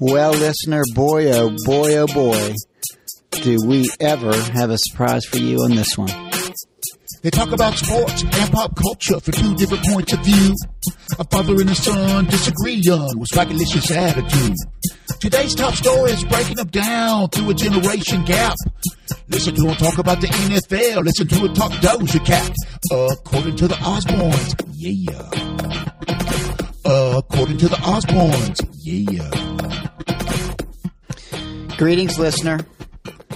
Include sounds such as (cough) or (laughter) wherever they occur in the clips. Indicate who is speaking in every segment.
Speaker 1: Well, listener, boy, oh boy, oh boy, do we ever have a surprise for you on this one.
Speaker 2: They talk about sports and pop culture from two different points of view. A father and a son disagree on with swagalicious attitude. Today's top story is breaking them down through a generation gap. Listen to them talk about the NFL. Listen to them talk Doja Cat. According to the Osbournes, yeah. According to the Osbournes, yeah.
Speaker 1: Greetings, listener. (laughs)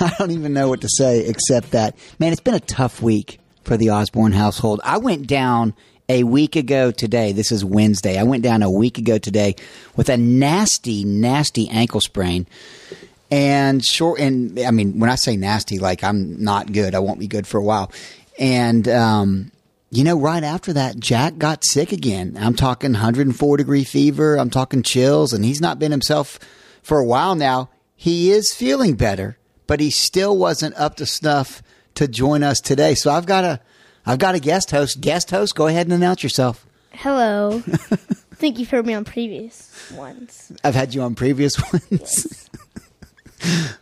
Speaker 1: I don't even know what to say except that, man, it's been a tough week for the Osborne household. I went down a week ago today. This is Wednesday. I went down a week ago today with a nasty, nasty ankle sprain. And short, and I mean, when I say nasty, like I'm not good. I won't be good for a while. And, um, you know, right after that, Jack got sick again. I'm talking 104 degree fever. I'm talking chills, and he's not been himself for a while now. He is feeling better, but he still wasn't up to snuff to join us today. So I've got a, I've got a guest host. Guest host, go ahead and announce yourself. (laughs)
Speaker 3: Hello. I think you've heard me on previous ones.
Speaker 1: I've had you on previous (laughs) ones.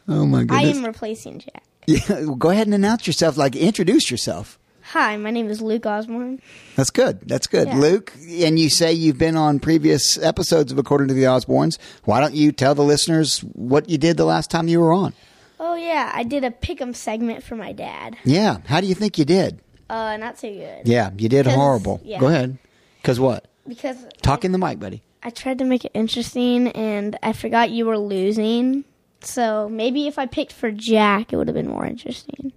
Speaker 1: oh my
Speaker 3: I
Speaker 1: goodness!
Speaker 3: am replacing Jack.
Speaker 1: Yeah, (laughs) go ahead and announce yourself. Like introduce yourself.
Speaker 3: Hi, my name is Luke Osborne.
Speaker 1: That's good. That's good.
Speaker 3: Yeah.
Speaker 1: Luke, and you say you've been on previous episodes of According to the Osbournes. Why don't you tell the listeners what you did the last time you were on?
Speaker 3: Oh yeah, I did a pick'em segment for my dad.
Speaker 1: Yeah. How do you think you did?
Speaker 3: Uh, not so good.
Speaker 1: Yeah, you did
Speaker 3: 'Cause-
Speaker 1: horrible.
Speaker 3: yeah.
Speaker 1: Go ahead. Because what?
Speaker 3: Because
Speaker 1: Talk in the mic, buddy.
Speaker 3: I tried to make it interesting, and I forgot you were losing. So maybe if I picked for Jack, it would have been
Speaker 1: (laughs)
Speaker 3: more interesting.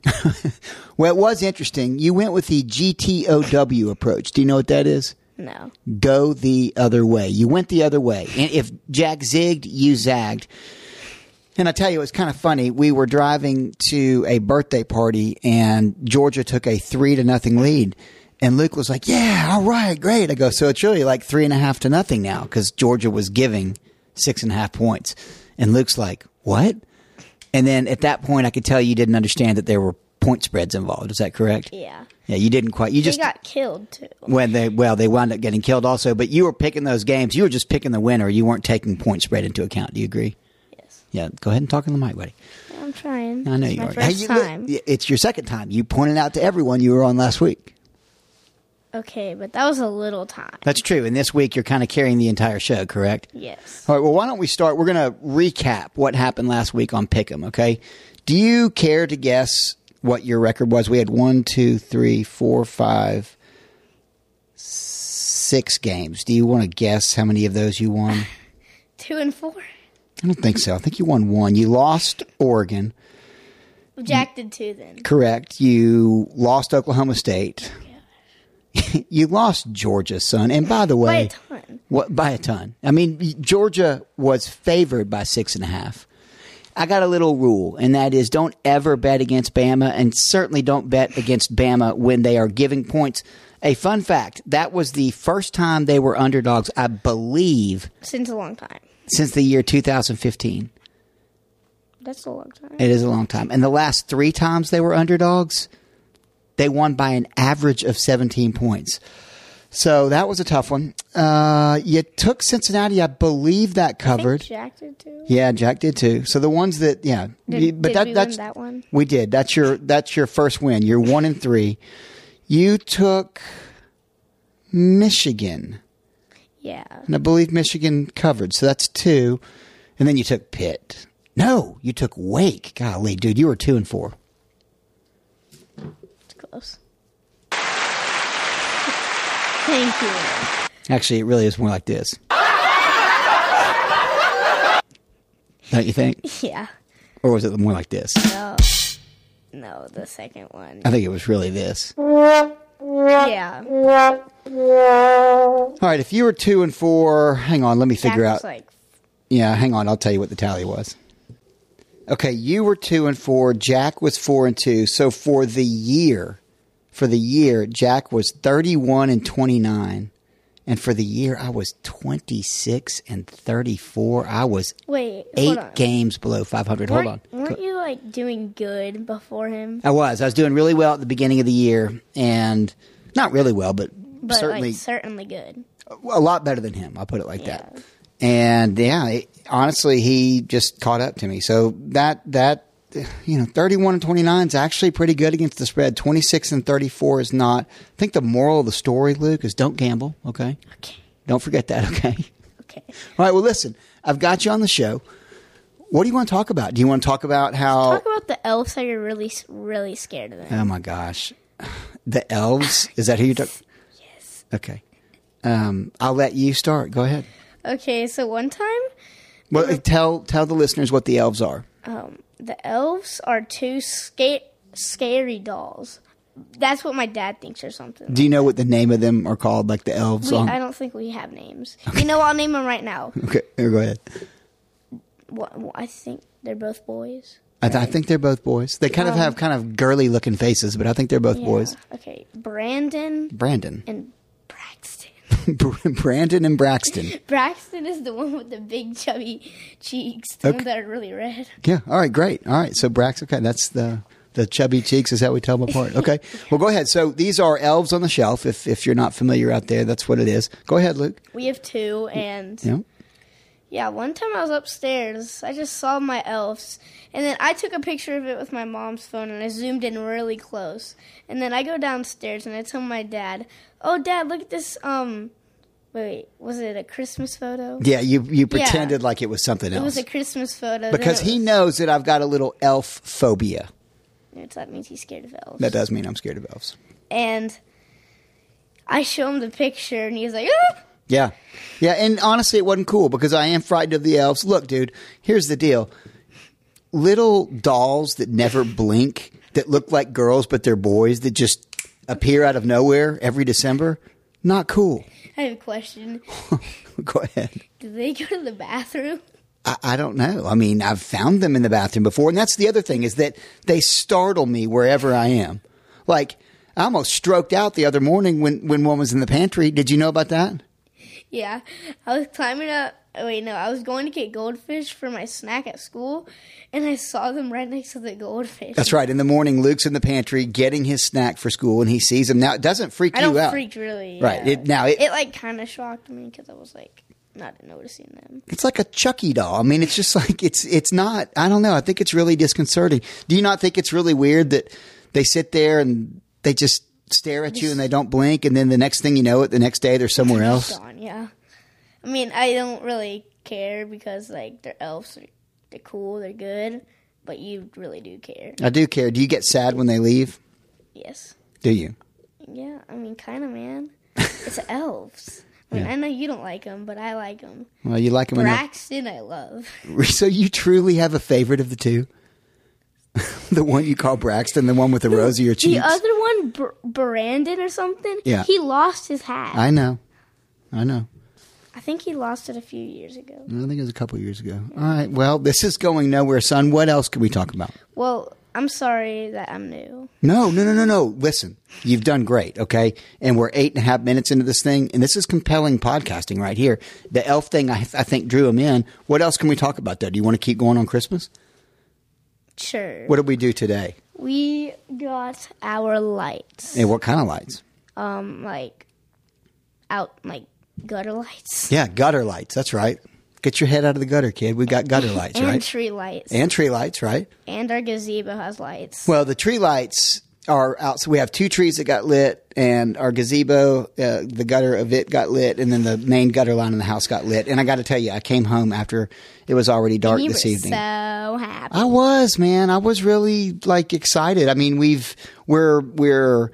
Speaker 1: Well, it was interesting. You went with the GTOW approach. Do you know what that is?
Speaker 3: no.
Speaker 1: Go the other way. You went the other way. And if Jack zigged, you zagged. And I tell you, it was kind of funny. We were driving to a birthday party and Georgia took a three to nothing lead. And Luke was like, yeah, all right, great. I go, so it's really like three and a half to nothing now because Georgia was giving six and a half points. And Luke's like, what? And then at that point, I could tell you didn't understand that there were point spreads involved. Is that correct?
Speaker 3: Yeah.
Speaker 1: Yeah, you didn't quite. You just
Speaker 3: he got killed too.
Speaker 1: when they well they wound up getting killed also but you were picking those games you were just picking the winner you weren't taking point spread into account do you agree
Speaker 3: Yes.
Speaker 1: yeah go ahead and talk in the mic buddy
Speaker 3: I'm trying.
Speaker 1: i know
Speaker 3: It's
Speaker 1: you
Speaker 3: my
Speaker 1: are
Speaker 3: First
Speaker 1: Hey, you-
Speaker 3: time.
Speaker 1: it's your second time you pointed out to everyone you were on last week
Speaker 3: Okay, but that was a little time.
Speaker 1: that's true and this week you're kind of carrying the entire show correct
Speaker 3: yes.
Speaker 1: all right well why don't we start we're going to recap what happened last week on pick'em okay do you care to guess what your record was we had one two three four five six games do you want to guess how many of those you won
Speaker 3: Two and four.
Speaker 1: I don't think so. I think you won one. You lost Oregon,
Speaker 3: Jack did two then.
Speaker 1: correct? You lost Oklahoma State. (laughs) you lost Georgia, son. And by the
Speaker 3: By a
Speaker 1: way,
Speaker 3: ton.
Speaker 1: what by a ton? I mean, Georgia was favored by six and a half. I got a little rule, and that is don't ever bet against Bama, and certainly don't bet against Bama when they are giving points. A fun fact that was the first time they were underdogs, I believe,
Speaker 3: Since a long time.
Speaker 1: since the year 2015.
Speaker 3: That's a long time.
Speaker 1: It is a long time. And the last three times they were underdogs, they won by an average of 17 points. So that was a tough one. Uh, you took Cincinnati, I believe that covered.
Speaker 3: Jack did too.
Speaker 1: yeah, Jack did too. So the ones that, yeah,
Speaker 3: Did-
Speaker 1: You-
Speaker 3: did we win that one?
Speaker 1: We did. That's your that's your first win. You're one and three. You took Michigan,
Speaker 3: Yeah.
Speaker 1: and I believe Michigan covered. So that's two, and then you took Pitt. No, you took Wake. Golly, dude, you were two and four. (laughs)
Speaker 3: It's close. Thank you.
Speaker 1: Actually, it really is more like this. Don't you think?
Speaker 3: Yeah.
Speaker 1: Or was it more like this?
Speaker 3: No. No, the second one.
Speaker 1: I think it was really this. All
Speaker 3: Yeah.
Speaker 1: right, if you were two and four, hang on, let me
Speaker 3: Jack
Speaker 1: figure
Speaker 3: was
Speaker 1: out.
Speaker 3: like,
Speaker 1: yeah, hang on, I'll tell you what the tally was. Okay, you were two and four. Jack was four and two. So for the year, for the year, Jack was thirty-one and twenty-nine, and for the year, I was twenty-six and thirty-four. I was
Speaker 3: wait, hold
Speaker 1: eight
Speaker 3: on.
Speaker 1: games below five hundred. Hold on. Uh,
Speaker 3: Weren't, weren't you like doing good before him?
Speaker 1: I was. I was doing really well at the beginning of the year, and not really well, but,
Speaker 3: But
Speaker 1: certainly
Speaker 3: like certainly good.
Speaker 1: a lot better than him. I'll put it like that. and yeah, it, honestly, he just caught up to me. So that that you know, thirty-one and twenty-nine is actually pretty good against the spread. Twenty-six and thirty-four is not. I think the moral of the story, Luke, is don't gamble. Okay,
Speaker 3: Okay.
Speaker 1: don't forget that. (laughs) Okay.
Speaker 3: Okay.
Speaker 1: All right. Well, listen, I've got you on the show. What do you want to talk about? Do you want to talk about how?
Speaker 3: Talk about the elves that you're really, s- really scared of them.
Speaker 1: oh my gosh, the elves. Is that who you talk? Yes. Okay. Um, I'll let you start. Go ahead.
Speaker 3: Okay, so one time,
Speaker 1: Well, tell tell the listeners what the elves are.
Speaker 3: um, the elves are two sca- scary dolls. That's what my dad thinks or something.
Speaker 1: Do you know what the name of them are called? Like the elves
Speaker 3: We,
Speaker 1: on.
Speaker 3: I don't think we
Speaker 1: (laughs)
Speaker 3: have names. You know, I'll name them right now.
Speaker 1: Okay, here, go ahead.
Speaker 3: Wha wha- I think they're both boys.
Speaker 1: I, th- I think they're both boys. They kind of have kind of girly looking faces, but I think they're both
Speaker 3: Oh. Yeah.
Speaker 1: boys.
Speaker 3: Okay, Brandon
Speaker 1: Brandon,
Speaker 3: and Braxton.
Speaker 1: (laughs) Br- Brandon, and
Speaker 3: (laughs)
Speaker 1: Braxton.
Speaker 3: Braxton is the one with the big chubby cheeks, the
Speaker 1: Okay.
Speaker 3: one that are really red.
Speaker 1: Yeah. All right. Great. All right. So Braxton. Okay. That's the the chubby cheeks. Is how we tell them
Speaker 3: (laughs)
Speaker 1: apart. Okay. Well, go ahead. So these are elves on the shelf. If if you're not familiar out there, that's what it is. Go ahead, Luke.
Speaker 3: We have two, and
Speaker 1: Yeah.
Speaker 3: yeah, one time I was upstairs, I just saw my elves, and then I took a picture of it with my mom's phone, and I zoomed in really close, and then I go downstairs and I tell my dad, "Oh, dad, look at this." Um, wait, was it a Christmas photo?
Speaker 1: Yeah. You you pretended like it was something
Speaker 3: It
Speaker 1: else
Speaker 3: was a Christmas photo then
Speaker 1: because
Speaker 3: it (laughs)
Speaker 1: he
Speaker 3: was-
Speaker 1: knows that I've got a little elf phobia.
Speaker 3: Which that means he's scared of elves.
Speaker 1: That does mean I'm scared of elves.
Speaker 3: And I show him the picture, and he's like, "Ah!"
Speaker 1: Yeah. Yeah, and honestly it wasn't cool because I am frightened of the elves. Look, dude, here's the deal. Little dolls that never blink, that look like girls but they're boys that just appear out of nowhere every December, not cool. (laughs)
Speaker 3: I have a question.
Speaker 1: Go ahead.
Speaker 3: Do they go to the bathroom?
Speaker 1: I, I don't know. I mean, I've found them in the bathroom before, and that's the other thing is that they startle me wherever I am. Like I almost stroked out the other morning when when one was in the pantry. Did you know about that?
Speaker 3: Yeah, I was climbing up. oh, Wait, no, I was going to get goldfish for my snack at school, and I saw them right next to the goldfish.
Speaker 1: That's right. In the morning, Luke's in the pantry getting his snack for school, and he sees him. Now it doesn't freak
Speaker 3: I
Speaker 1: you
Speaker 3: don't
Speaker 1: out,
Speaker 3: freak really.
Speaker 1: right?
Speaker 3: yeah.
Speaker 1: It, now it,
Speaker 3: it like kind of shocked me because I was like not noticing them.
Speaker 1: it's like a Chucky doll. I mean, it's just like it's it's not. I don't know. I think it's really disconcerting. Do you not think it's really weird that they sit there and they just stare at you and they don't blink, and then the next thing you know, it the next day they're somewhere else.
Speaker 3: Gone, yeah. I mean, I don't really care because like they're elves. They're, they're cool. They're good. But you really do care.
Speaker 1: I do care. Do you get sad when they leave?
Speaker 3: Yes.
Speaker 1: Do you?
Speaker 3: Yeah, I mean, kind
Speaker 1: (laughs)
Speaker 3: of, man. It's elves. I mean, I know you don't like them, but I like them.
Speaker 1: Well, you like them enough.
Speaker 3: Braxton, I love.
Speaker 1: (laughs) So you truly have a favorite of the two. (laughs) the one you call Braxton, the one with the rosier cheeks.
Speaker 3: The other one, Br- Brandon or something,
Speaker 1: Yeah.
Speaker 3: he lost his hat. I,
Speaker 1: I know. I know.
Speaker 3: think he lost it a few years ago.
Speaker 1: I think it was a couple years ago. All right. Well, this is going nowhere, son. What else can we talk about?
Speaker 3: Well, I'm sorry that I'm new.
Speaker 1: No, no, no, no, no. Listen, you've done great, okay? And we're eight and a half minutes into this thing, and this is compelling podcasting right here. The elf thing, I, I think, drew him in. What else can we talk about, though? Do you want to keep going on Christmas?
Speaker 3: Sure.
Speaker 1: What did we do today?
Speaker 3: We got our lights.
Speaker 1: And what kind of lights?
Speaker 3: Um, like, out, like, gutter lights.
Speaker 1: Yeah, gutter lights. That's right. Get your head out of the gutter, kid. We got gutter lights,
Speaker 3: (laughs) and
Speaker 1: right?
Speaker 3: tree lights.
Speaker 1: And tree lights, right?
Speaker 3: And our gazebo has lights.
Speaker 1: Well, the tree lights are out. So we have two trees that got lit, and our gazebo, uh, the gutter of it got lit, and then the main gutter line in the house got lit. And I got to tell you, I came home after it was already dark
Speaker 3: You were
Speaker 1: this evening.
Speaker 3: so happy.
Speaker 1: I was, man. I was really like excited. I mean, we've we're we're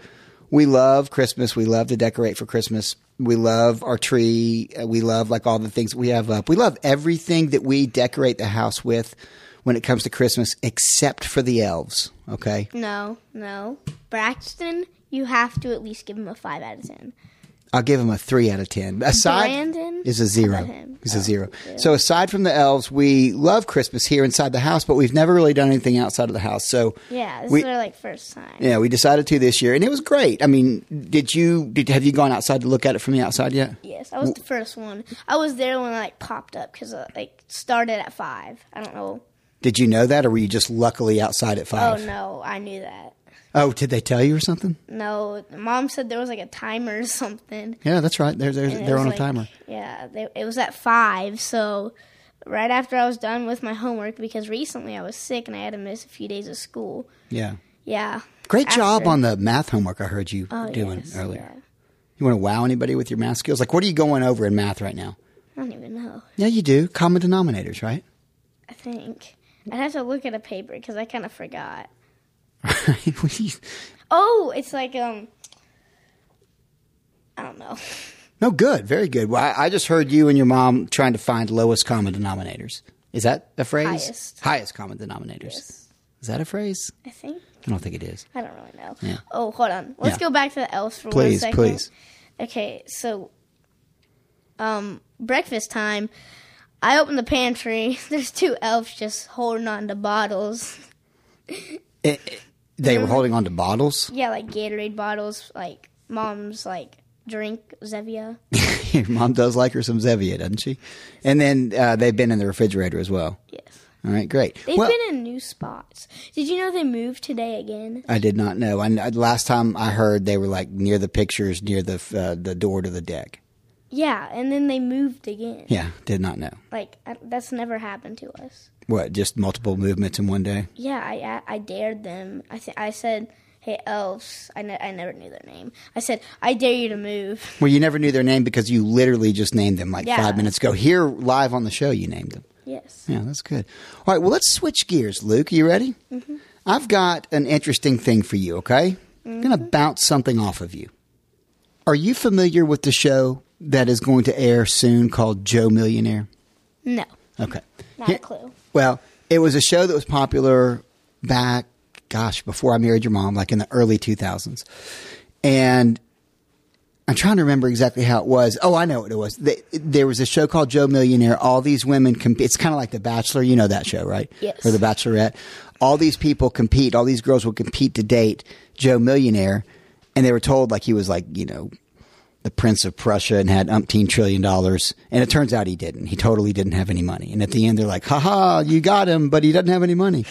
Speaker 1: we love Christmas. We love to decorate for Christmas. We love our tree. Uh, We love like all the things we have up. We love everything that we decorate the house with when it comes to Christmas, except for the elves. Okay.
Speaker 3: No, no. Braxton, you have to at least give him a 5 out of 10.
Speaker 1: I'll give him a three out of ten. Aside
Speaker 3: Brandon?
Speaker 1: is a
Speaker 3: How
Speaker 1: zero.
Speaker 3: about him? Oh,
Speaker 1: He's a zero. So aside from the elves, we love Christmas here inside the house, but we've never really done anything outside of the house. So
Speaker 3: Yeah, this
Speaker 1: We-
Speaker 3: is their, like, first time.
Speaker 1: yeah, we decided to this year, and it was great. I mean, did you did have you gone outside to look at it from the outside yet?
Speaker 3: Yes, I was the first one. I was there when it, like, popped up because it, like, started at 5. I don't know.
Speaker 1: Did you know that, or were you just luckily outside at
Speaker 3: Oh,
Speaker 1: five?
Speaker 3: no, I knew that.
Speaker 1: Oh, did they tell you or something?
Speaker 3: No, mom said there was like a timer or (laughs) something.
Speaker 1: Yeah, that's right. They're they're,
Speaker 3: And it
Speaker 1: they're
Speaker 3: was
Speaker 1: on a
Speaker 3: like-
Speaker 1: timer.
Speaker 3: Yeah, they, it was at five. So right after I was done with my homework, because recently I was sick and I had to miss a few days of school.
Speaker 1: Yeah.
Speaker 3: Yeah.
Speaker 1: Great job
Speaker 3: After-
Speaker 1: on the math homework I heard you
Speaker 3: Oh,
Speaker 1: doing
Speaker 3: yes,
Speaker 1: earlier.
Speaker 3: yeah.
Speaker 1: You want to wow anybody with your math skills? Like, what are you going over in math right now?
Speaker 3: I don't even know.
Speaker 1: Yeah, you do. Common denominators, right? (laughs)
Speaker 3: I think I'd have to look at a paper because I kind of forgot.
Speaker 1: What do you-
Speaker 3: Oh, it's like um, I don't know.
Speaker 1: no, good. Very good. Well, I, I just heard you and your mom trying to find lowest common denominators. Is that a phrase?
Speaker 3: Highest.
Speaker 1: Highest common denominators. Is that a phrase?
Speaker 3: (laughs) I think
Speaker 1: I don't think it is.
Speaker 3: I don't really know.
Speaker 1: Yeah.
Speaker 3: Oh, hold on. Let's
Speaker 1: Yeah.
Speaker 3: go back to the elves for
Speaker 1: Please,
Speaker 3: one second.
Speaker 1: please.
Speaker 3: Okay, so um breakfast time. I open the pantry. (laughs) There's two elves just holding on to bottles.
Speaker 1: It- it- Eh, they
Speaker 3: Mm.
Speaker 1: were holding on to bottles. (laughs)
Speaker 3: Yeah, like Gatorade bottles, like mom's like drink
Speaker 1: (laughs)
Speaker 3: Zevia.
Speaker 1: your mom does like her some Zevia, doesn't she? And then uh, they've been in the refrigerator as well.
Speaker 3: Yes.
Speaker 1: All right, great.
Speaker 3: They've
Speaker 1: Well-
Speaker 3: been in new spots. Did you know they moved today again?
Speaker 1: I did not know. And uh, last time I heard, they were like near the pictures, near the uh, the door to the deck.
Speaker 3: Yeah, and then they moved again.
Speaker 1: Yeah, did not know.
Speaker 3: Like I, that's never happened to us.
Speaker 1: What? Just multiple movements in one day.
Speaker 3: Yeah, I I, I dared them. I th- I said, "Hey elves," I ne- I never knew their name. I said, "I dare you to move." (laughs)
Speaker 1: Well, you never knew their name because you literally just named them like
Speaker 3: Yeah.
Speaker 1: five minutes ago. Here, live on the show, you named them.
Speaker 3: Yes.
Speaker 1: Yeah, that's good. All right, well, let's switch gears, Luke. Are you ready? Mm-hmm. I've got an interesting thing for you. Okay, I'm going
Speaker 3: Mm-hmm.
Speaker 1: to bounce something off of you. Are you familiar with the show that is going to air soon called Joe Millionaire?
Speaker 3: No,
Speaker 1: Okay.
Speaker 3: not
Speaker 1: Here-
Speaker 3: a clue.
Speaker 1: Well, it was a show that was popular back, gosh, before I married your mom, like in the early 2000s. And I'm trying to remember exactly how it was. Oh, I know what it was. They, there was a show called Joe Millionaire. All these women compete. It's kind of like The Bachelor. You know that show, right?
Speaker 3: Yes.
Speaker 1: Or The Bachelorette. All these people compete. All these girls would compete to date Joe Millionaire. And they were told like he was like, you know, the prince of Prussia and had umpteen trillion dollars. And it turns out he didn't. He totally didn't have any money. And at the end, they're like, ha ha, you got him, but he doesn't have any money.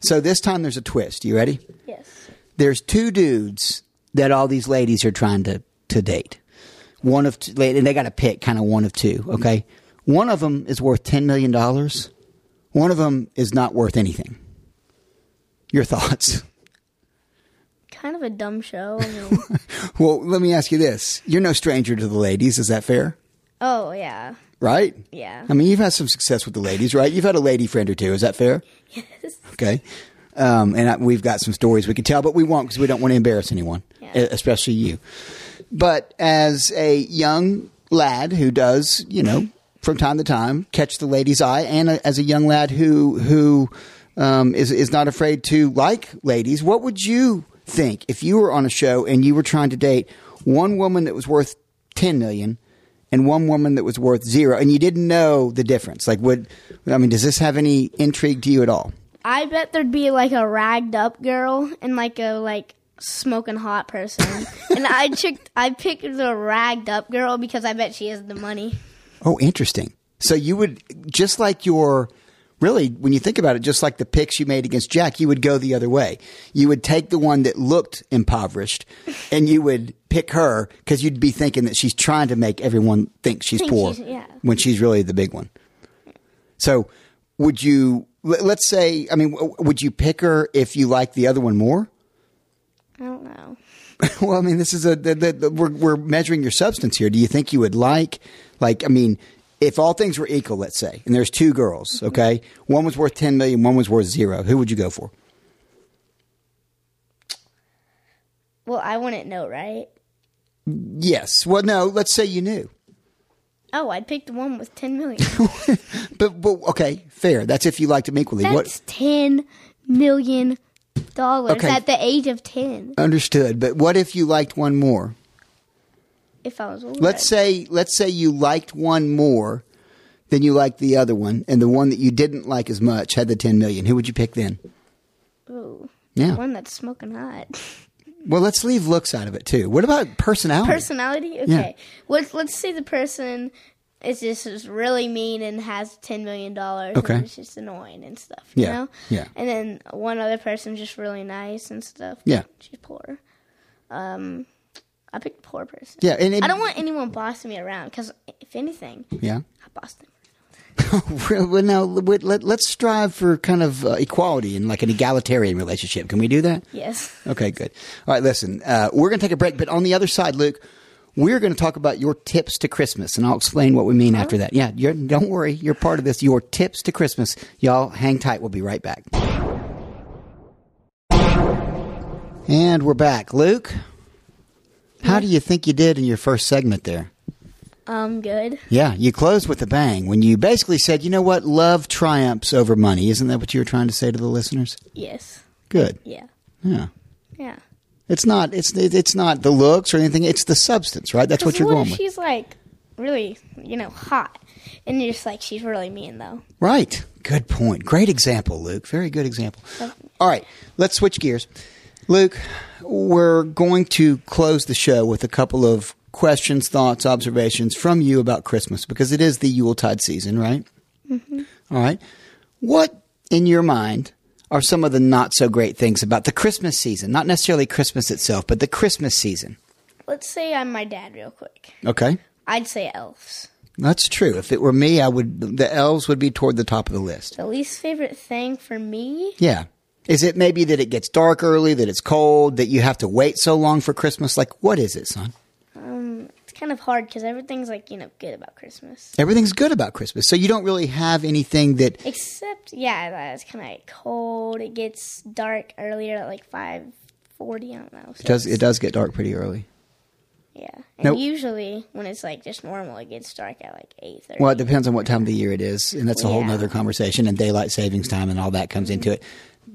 Speaker 1: So this time there's a twist. You ready?
Speaker 3: Yes.
Speaker 1: There's two dudes that all these ladies are trying to, to date. One of two, and they got to pick kind of one of two. Okay. One of them is worth $10 million. One of them is not worth anything. Your thoughts? (laughs)
Speaker 3: Kind of a dumb show. I mean,
Speaker 1: Well, let me ask you this. You're no stranger to the ladies. Is that fair?
Speaker 3: oh yeah.
Speaker 1: right?
Speaker 3: Yeah.
Speaker 1: I mean, you've had some success with the ladies, right? You've had a lady friend or two. Is that fair? Yes. Okay. Um, and I, we've got some stories we could tell, but we won't because we don't want to embarrass anyone,
Speaker 3: Yeah.
Speaker 1: e- especially you. But as a young lad who does, you know, from time to time catch the lady's eye, and a, as a young lad who who um, is is not afraid to like ladies, what would you think if you were on a show and you were trying to date one woman that was worth ten million and one woman that was worth zero, and you didn't know the difference? Like, would I mean, does this have any intrigue to you at all?
Speaker 3: I bet there'd be like a ragged up girl and like a like smoking hot person, and I chicked, I picked the ragged up girl because I bet she has the money.
Speaker 1: Oh, interesting. So you would just like your really when you think about it, just like the picks you made against Jack, you would go the other way. You would take the one that looked
Speaker 3: (laughs)
Speaker 1: impoverished, and you would pick her because you'd be thinking that she's trying to make everyone think she's
Speaker 3: Think
Speaker 1: poor
Speaker 3: she's- yeah.
Speaker 1: when she's really the big one. So would you? let- Let's say, I mean, w- would you pick her if you liked the other one more?
Speaker 3: I don't know.
Speaker 1: (laughs) Well, I mean, this is a the, the, the, we're we're measuring your substance here. Do you think you would like like I mean, if all things were equal, let's say, and there's two
Speaker 3: Mm-hmm.
Speaker 1: girls, okay, one was worth ten million, one was worth zero. Who would you go for?
Speaker 3: Well, I wouldn't know, right?
Speaker 1: Yes. Well, no. Let's say you knew,
Speaker 3: Oh, I'd pick the one with ten million.
Speaker 1: but but okay, fair. That's if you liked them equally.
Speaker 3: That's
Speaker 1: What
Speaker 3: ten million dollars
Speaker 1: Okay.
Speaker 3: at the age of ten.
Speaker 1: understood? But what if you liked one more?
Speaker 3: If I was older,
Speaker 1: Let's say let's say you liked one more than you liked the other one, and the one that you didn't like as much had the ten million. Who would you pick then?
Speaker 3: Ooh,
Speaker 1: Yeah.
Speaker 3: one that's smoking hot.
Speaker 1: (laughs)
Speaker 3: (laughs)
Speaker 1: Well, let's leave looks out of it too. What about personality?
Speaker 3: Personality, okay. Let's let's say the person it's just is really mean and has ten million dollars.
Speaker 1: Okay.
Speaker 3: and it's just annoying and stuff. You
Speaker 1: Yeah,
Speaker 3: know?
Speaker 1: yeah.
Speaker 3: And then one other person's just really nice and stuff.
Speaker 1: Yeah.
Speaker 3: she's poor. Um, I picked poor person.
Speaker 1: Yeah, and it,
Speaker 3: I don't want anyone bossing me around because if anything,
Speaker 1: Yeah. (laughs)
Speaker 3: I boss them.
Speaker 1: well, now let, let, let's strive for kind of uh, equality and like an egalitarian relationship. Can we do that?
Speaker 3: Yes. (laughs)
Speaker 1: Okay, good. All right, listen, uh, we're going to take a break, but on the other side, Luke, we're going to talk about your tips to Christmas, and I'll explain what we mean after that. Yeah, you're, don't worry, you're part of this. Your tips to Christmas. Y'all hang tight, we'll be right back. And we're back. Luke, how do you think you did in your first segment there?
Speaker 3: Um, good.
Speaker 1: Yeah, you closed with a bang when you basically said, you know what, love triumphs over money. Isn't that what you were trying to say to the listeners?
Speaker 3: Yes.
Speaker 1: Good.
Speaker 3: Yeah.
Speaker 1: Yeah.
Speaker 3: Yeah.
Speaker 1: It's not. It's it's not the looks or anything. It's the substance, right? That's what
Speaker 3: 'Cause
Speaker 1: you're going
Speaker 3: if
Speaker 1: with,
Speaker 3: She's like really, you know, hot, and you're just like she's really mean though.
Speaker 1: right? Good point. Great example, Luke. Very good example. All right, let's switch gears, Luke. We're going to close the show with a couple of questions, thoughts, observations from you about Christmas because it is the Yuletide season, right? All right. What in your mind? Are some of the not so great things about the Christmas season? Not necessarily Christmas itself, but the Christmas season.
Speaker 3: Let's say I'm my dad real quick.
Speaker 1: Okay.
Speaker 3: I'd say elves.
Speaker 1: That's true. If it were me, I would. The elves would be toward the top of the list.
Speaker 3: The least favorite thing for me,
Speaker 1: Yeah. Is it maybe that it gets dark early, that it's cold, that you have to wait so long for Christmas? Like, what is it, son?
Speaker 3: it's kind of hard because everything's like you know good about Christmas.
Speaker 1: Everything's good about Christmas, so you don't really have anything that.
Speaker 3: Except yeah, that it's kind of like cold. It gets dark earlier at like five forty. I don't know. So
Speaker 1: It does
Speaker 3: it's-
Speaker 1: it does get dark pretty early?
Speaker 3: Yeah, and
Speaker 1: Nope.
Speaker 3: usually when it's like just normal, it gets dark at like eight thirty.
Speaker 1: Well, it depends on what time of the year it is, and that's a whole
Speaker 3: Yeah.
Speaker 1: nother conversation. And daylight savings time and all that comes into it.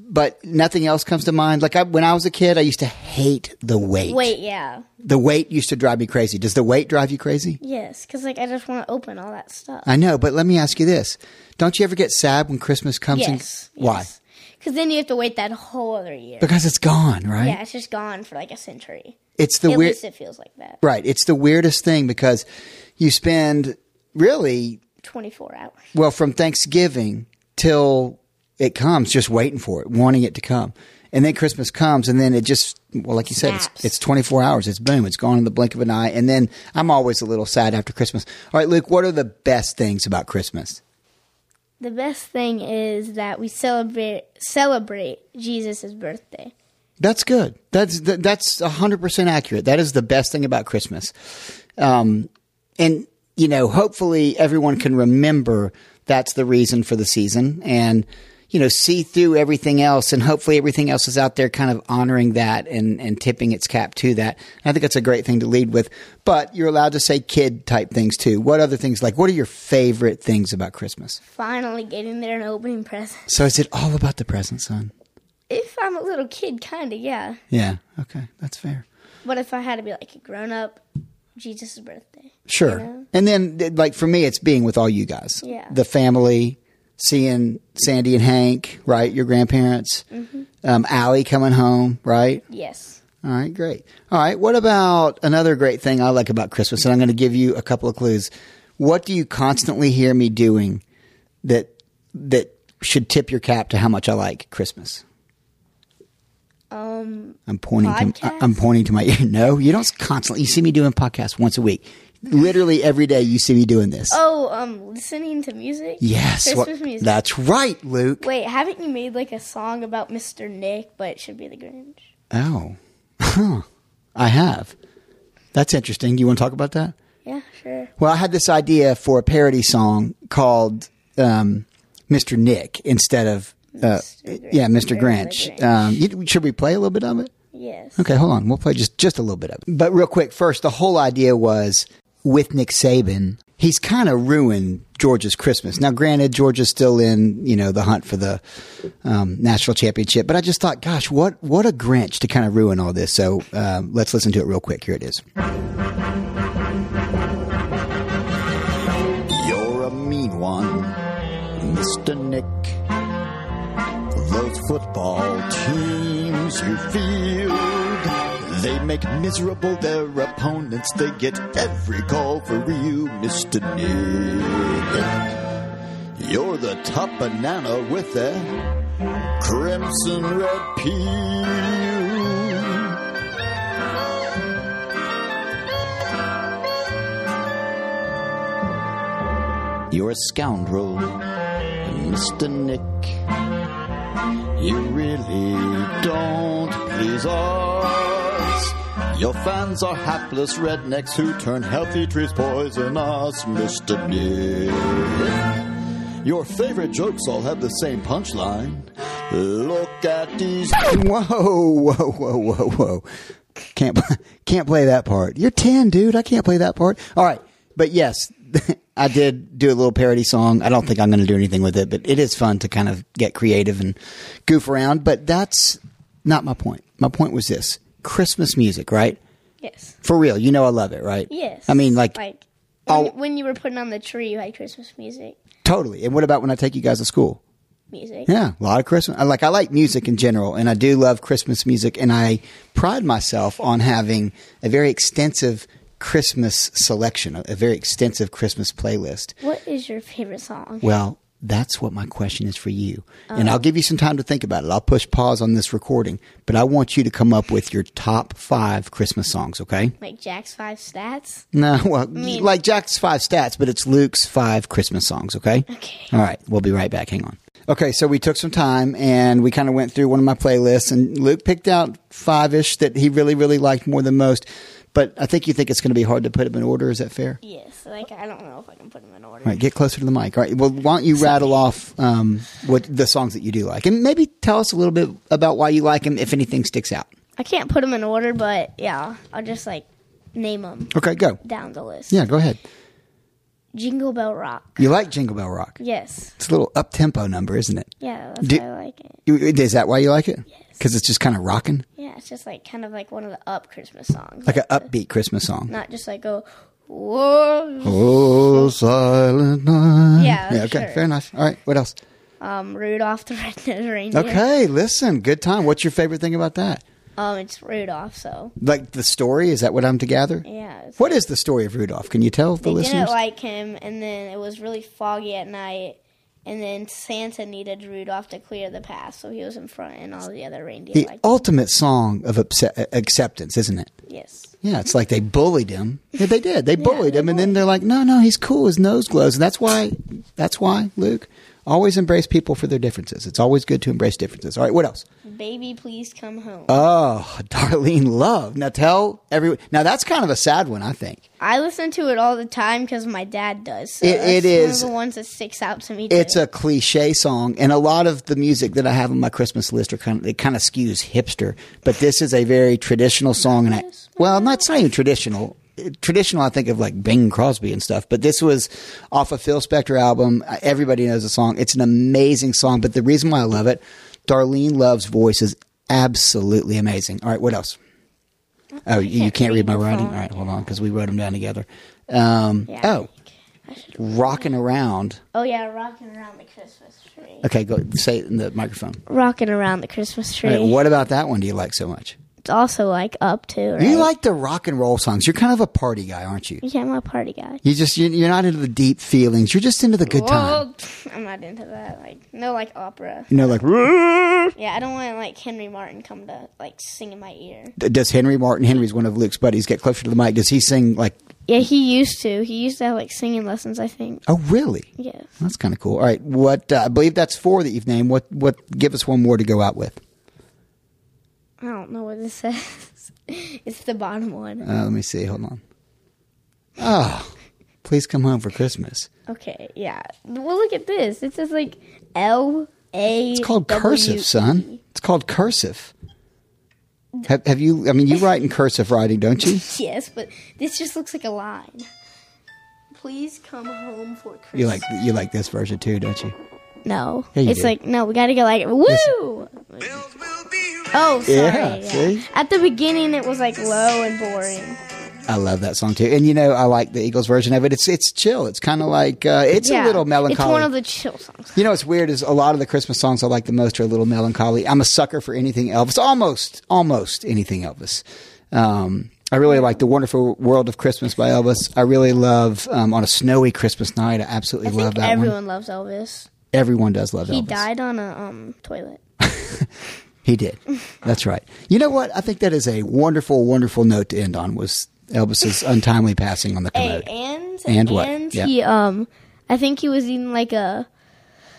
Speaker 1: But nothing else comes to mind. Like I, when I was a kid, I used to hate the wait.
Speaker 3: Wait, yeah,
Speaker 1: The wait used to drive me crazy. Does the wait drive you crazy?
Speaker 3: yes, because like I just want to open all that stuff.
Speaker 1: I know, but let me ask you this: Don't you ever get sad when Christmas comes? and-
Speaker 3: Yes.
Speaker 1: Why?
Speaker 3: Because then you have to wait that whole other year.
Speaker 1: Because it's gone, right?
Speaker 3: yeah, it's just gone for like a century.
Speaker 1: It's the
Speaker 3: At
Speaker 1: weird,
Speaker 3: least it feels like that.
Speaker 1: right? It's the weirdest thing because you spend really
Speaker 3: Twenty four hours.
Speaker 1: well from Thanksgiving till it comes, just waiting for it, wanting it to come, and then Christmas comes, and then it just well, like you said, it's,
Speaker 3: Snaps.
Speaker 1: it's twenty four hours. It's boom, it's gone in the blink of an eye, and then I'm always a little sad after Christmas. All right, Luke, what are the best things about Christmas?
Speaker 3: The best thing is that we celebrate celebrate Jesus' birthday.
Speaker 1: That's good. That's that, that's hundred percent accurate. That is the best thing about Christmas, um, and you know, hopefully everyone can remember that's the reason for the season, and you know, see through everything else, and hopefully everything else is out there kind of honoring that and and tipping its cap to that. And I think that's a great thing to lead with. But you're allowed to say kid type things too. What other things like what are your favorite things about Christmas?
Speaker 3: Finally getting there and opening presents.
Speaker 1: So is it all about the present, son?
Speaker 3: If I'm a little kid, kinda, yeah.
Speaker 1: Yeah. Okay, that's fair.
Speaker 3: But if I had to be like a grown up, Jesus' birthday.
Speaker 1: Sure. And then, th- like for me, it's being with all you guys.
Speaker 3: Yeah.
Speaker 1: The family, seeing Sandy and Hank, right? Your grandparents, um, Allie coming home, right?
Speaker 3: Yes.
Speaker 1: All right, great. All right, what about another great thing I like about Christmas? And I'm going to give you a couple of clues. What do you constantly hear me doing that that should tip your cap to how much I like Christmas?
Speaker 3: Um
Speaker 1: I'm pointing to I-
Speaker 3: Podcasts?
Speaker 1: I'm pointing to my ear. No, you don't constantly. You see me doing podcasts once a week. Literally every day, you see me doing this.
Speaker 3: Oh, um listening to music?
Speaker 1: Yes, what-
Speaker 3: Christmas music.
Speaker 1: that's right, Luke.
Speaker 3: Wait, haven't you made like a song about Mr. Nick, but it should be the Grinch?
Speaker 1: Oh, (laughs) huh. I have. That's interesting. Do you want to talk about that?
Speaker 3: Yeah, sure.
Speaker 1: Well, I had this idea for a parody song called um, "Mr. Nick" instead of uh,
Speaker 3: Mr.
Speaker 1: yeah, Mr.
Speaker 3: Grinch.
Speaker 1: Grinch. Um, you, should we play a little bit of it?
Speaker 3: Yes.
Speaker 1: Okay, hold on. We'll play just just a little bit of it. But real quick, first, the whole idea was with Nick Saban, he's kind of ruined Georgia's Christmas. Now, granted, Georgia's still in you know the hunt for the um, national championship, but I just thought, gosh, what what a Grinch to kind of ruin all this. So um, let's listen to it real quick. Here it is.
Speaker 4: You're a mean one, Mr. Nick. Those football teams you field, They make miserable their opponents. They get every call for you, Mr. Nick. You're the top banana with a crimson red peel. You're a scoundrel, Mr. Nick. You really don't please us. Your fans are hapless rednecks who turn healthy trees poisonous, Mr. Nick. Your favorite jokes all have the same punchline. Look at these.
Speaker 1: Whoa, whoa, whoa, whoa, whoa. Can't can't play that part. You're 10, dude. I can't play that part. All right. But yes, (laughs) I did do a little parody song. I don't think I'm going to do anything with it, but it is fun to kind of get creative and goof around, but that's not my point. My point was this. Christmas music, right?
Speaker 3: Yes.
Speaker 1: For real. You know I love it, right?
Speaker 3: Yes.
Speaker 1: I mean like,
Speaker 3: like
Speaker 1: I'll-
Speaker 3: when, when you were putting on the tree, you had Christmas music.
Speaker 1: totally. And what about when I take you guys to school?
Speaker 3: Music.
Speaker 1: Yeah, a lot of Christmas. I like I like music in general, and I do love Christmas music, and I pride myself on having a very extensive Christmas selection, a, a very extensive Christmas playlist.
Speaker 3: What is your favorite song?
Speaker 1: Well, that's what my question is for you, and I'll give you some time to think about it. I'll push pause on this recording, but I want you to come up with your top five Christmas songs. Okay? (laughs)
Speaker 3: Like Jack's Five Stats? (laughs)
Speaker 1: No, well, like Jack's five stats, but it's Luke's five Christmas songs, okay?
Speaker 3: Okay.
Speaker 1: All right, we'll be right back. Hang on. Okay, so we took some time and we kind of went through one of my playlists, and Luke picked out five ish that he really, really liked more than most. But I think you think it's going to be hard to put them in order. Is that fair?
Speaker 3: Yes. Like, I don't know if I can put them in order.
Speaker 1: All right, get closer to the mic. All right, well, why don't you rattle off um, what the songs that you do like, and maybe tell us a little bit about why you like them, if anything sticks out.
Speaker 3: I can't put them in order, but yeah, I'll just like name them
Speaker 1: Okay, go.
Speaker 3: down the list.
Speaker 1: Yeah, go ahead.
Speaker 3: Jingle Bell Rock.
Speaker 1: You like Jingle Bell Rock?
Speaker 3: Yes.
Speaker 1: It's a little up tempo number, isn't it?
Speaker 3: Yeah, that's
Speaker 1: Do-
Speaker 3: why I like it.
Speaker 1: You- Is that why you like it? Because it's just kind of rocking,
Speaker 3: Yeah, it's just like kind of like one of the up Christmas songs.
Speaker 1: like an upbeat Christmas song.
Speaker 3: Not just like go, whoa.
Speaker 1: Oh, silent night.
Speaker 3: Yeah,
Speaker 1: okay,
Speaker 3: sure.
Speaker 1: fair enough. All right, what else?
Speaker 3: Um, Rudolph the Red-Nosed Reindeer.
Speaker 1: Okay, listen, good time. What's your favorite thing about that?
Speaker 3: Um, it's Rudolph, so
Speaker 1: Like the story? Is that what I'm to gather?
Speaker 3: yeah. It's,
Speaker 1: What is the story of Rudolph? Can you tell the
Speaker 3: they
Speaker 1: listeners?
Speaker 3: didn't like him, and then it was really foggy at night, and then Santa needed Rudolph to clear the path, so he was in front, and all the other reindeer
Speaker 1: the
Speaker 3: liked him.
Speaker 1: ultimate song of upse- acceptance, isn't it?
Speaker 3: Yes.
Speaker 1: Yeah, it's like they bullied him. Yeah, they did. They bullied him, and then they're like, "No, no, he's cool. His nose glows." And that's why. That's why Luke always embrace people for their differences. It's always good to embrace differences. All right, what else?
Speaker 3: Baby, please come home.
Speaker 1: Oh, (laughs) Darlene Love. Now tell everyone. Now that's kind of a sad one, I think.
Speaker 3: I listen to it all the time because my dad does. So
Speaker 1: It- it
Speaker 3: that's one
Speaker 1: is-
Speaker 3: of the ones that sticks out to me.
Speaker 1: It's
Speaker 3: too.
Speaker 1: a cliche song, and a lot of the music that I have on my Christmas list are kind of it kind of skews hipster. But this is a very traditional song, and I well, not it's not even traditional. Uh, Traditional, I think of like Bing Crosby and stuff, but this was off a Phil Spector album. Uh, Everybody knows the song. It's an amazing song, but the reason why I love it, Darlene Love's voice is absolutely amazing. All right, what else? Oh, you, you
Speaker 3: can't
Speaker 1: can't read
Speaker 3: read
Speaker 1: my
Speaker 3: the
Speaker 1: writing.
Speaker 3: phone.
Speaker 1: All right, hold on, because we wrote them down together. Um,
Speaker 3: Yeah, I
Speaker 1: oh,
Speaker 3: think I should-
Speaker 1: rocking around.
Speaker 3: oh yeah, rocking around the Christmas tree.
Speaker 1: Okay, go say it in the microphone.
Speaker 3: Rocking around the Christmas tree.
Speaker 1: All right, what about that one do you like so much?
Speaker 3: It's also like up to. Right?
Speaker 1: You like the rock and roll songs. You're kind of a party guy, aren't you?
Speaker 3: Yeah, I'm a party guy.
Speaker 1: You just you- you're not into the deep feelings. You're just into the good time.
Speaker 3: Well, (laughs) I'm not into that. Like no, like opera.
Speaker 1: You know, like
Speaker 3: Yeah, I don't want like Henry Martin come to like sing in my ear.
Speaker 1: does Henry Martin? Henry's one of Luke's buddies. Get closer to the mic. Does he sing like?
Speaker 3: Yeah, he used to. He used to have like singing lessons. I think.
Speaker 1: Oh, really?
Speaker 3: Yeah.
Speaker 1: That's kind of cool. All right, what uh, I believe that's four that you've named. What what? Give us one more to go out with.
Speaker 3: I don't know what this (laughs) says. it's the bottom one.
Speaker 1: Uh, let me see. Hold on. Oh, please come home for Christmas.
Speaker 3: Okay. Yeah. Well, look at this. It says like L A.
Speaker 1: It's called
Speaker 3: E
Speaker 1: cursive, son. It's called cursive. Have, have you? I mean, you write in cursive writing, don't you?
Speaker 3: Yes, but this just looks like a line. Please come home for Christmas.
Speaker 1: You like you like this version too, don't you?
Speaker 3: No.
Speaker 1: you
Speaker 3: it's
Speaker 1: do.
Speaker 3: like, no, we gotta go like, woo! Oh, sorry.
Speaker 1: Yeah,
Speaker 3: Yeah,
Speaker 1: see?
Speaker 3: At the beginning, it was like low and boring.
Speaker 1: I love that song too, and you know I like the Eagles version of it. It's it's chill. It's kind of like uh, it's
Speaker 3: yeah.
Speaker 1: a little melancholy.
Speaker 3: It's one of the chill songs.
Speaker 1: you know what's weird is a lot of the Christmas songs I like the most are a little melancholy. I'm a sucker for anything Elvis, almost almost anything Elvis. Um, I really like The Wonderful World of Christmas by Elvis. I really love um, On a Snowy Christmas Night. I absolutely
Speaker 3: I
Speaker 1: love
Speaker 3: think
Speaker 1: that
Speaker 3: everyone
Speaker 1: one.
Speaker 3: loves Elvis.
Speaker 1: Everyone does love
Speaker 3: He
Speaker 1: Elvis.
Speaker 3: died on a um toilet.
Speaker 1: He did. That's right. You know what? I think that is a wonderful, wonderful note to end on was Elvis's untimely passing on the
Speaker 3: Hey,
Speaker 1: commode.
Speaker 3: and
Speaker 1: And what? Yeah.
Speaker 3: he um, I think he was eating like a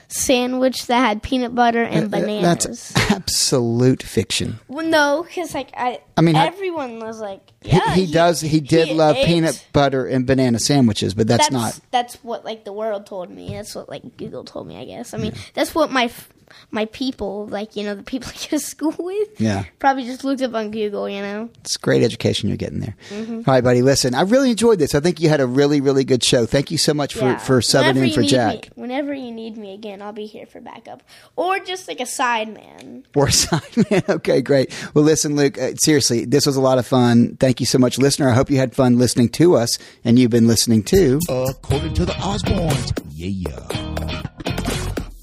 Speaker 3: sandwich that had peanut butter and bananas.
Speaker 1: Uh, That's absolute fiction.
Speaker 3: Well, no, because like I,
Speaker 1: I mean, I-
Speaker 3: everyone was like,
Speaker 1: He-
Speaker 3: yeah,
Speaker 1: he, does. He did
Speaker 3: he
Speaker 1: love
Speaker 3: ate-
Speaker 1: peanut butter and banana sandwiches, but that's,
Speaker 3: That's
Speaker 1: not.
Speaker 3: That's what like the world told me. That's what like Google told me. I guess. I mean, that's what my f- my people, like you know, the people (laughs) I go to school with,
Speaker 1: Yeah.
Speaker 3: probably just looked up on Google. You know,
Speaker 1: It's great education you're getting there.
Speaker 3: Mm-hmm.
Speaker 1: All right, buddy. Listen, I really enjoyed this. I think you had a really, really good show. Thank you so much for
Speaker 3: Yeah.
Speaker 1: for subbing
Speaker 3: Whenever
Speaker 1: in
Speaker 3: you
Speaker 1: for
Speaker 3: need
Speaker 1: Jack
Speaker 3: Me, whenever you need me again, I'll be here for backup or just like a sideman.
Speaker 1: or (laughs) Simon. okay, great. Well, listen, Luke. Uh, seriously, this was a lot of fun. Thank you so much, listener. I hope you had fun listening to us, and you've been listening to.
Speaker 2: According to the Osbournes, yeah.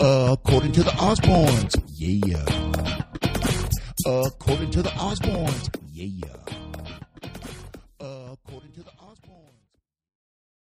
Speaker 2: According to the Osbournes, yeah. According to the Osbournes, yeah.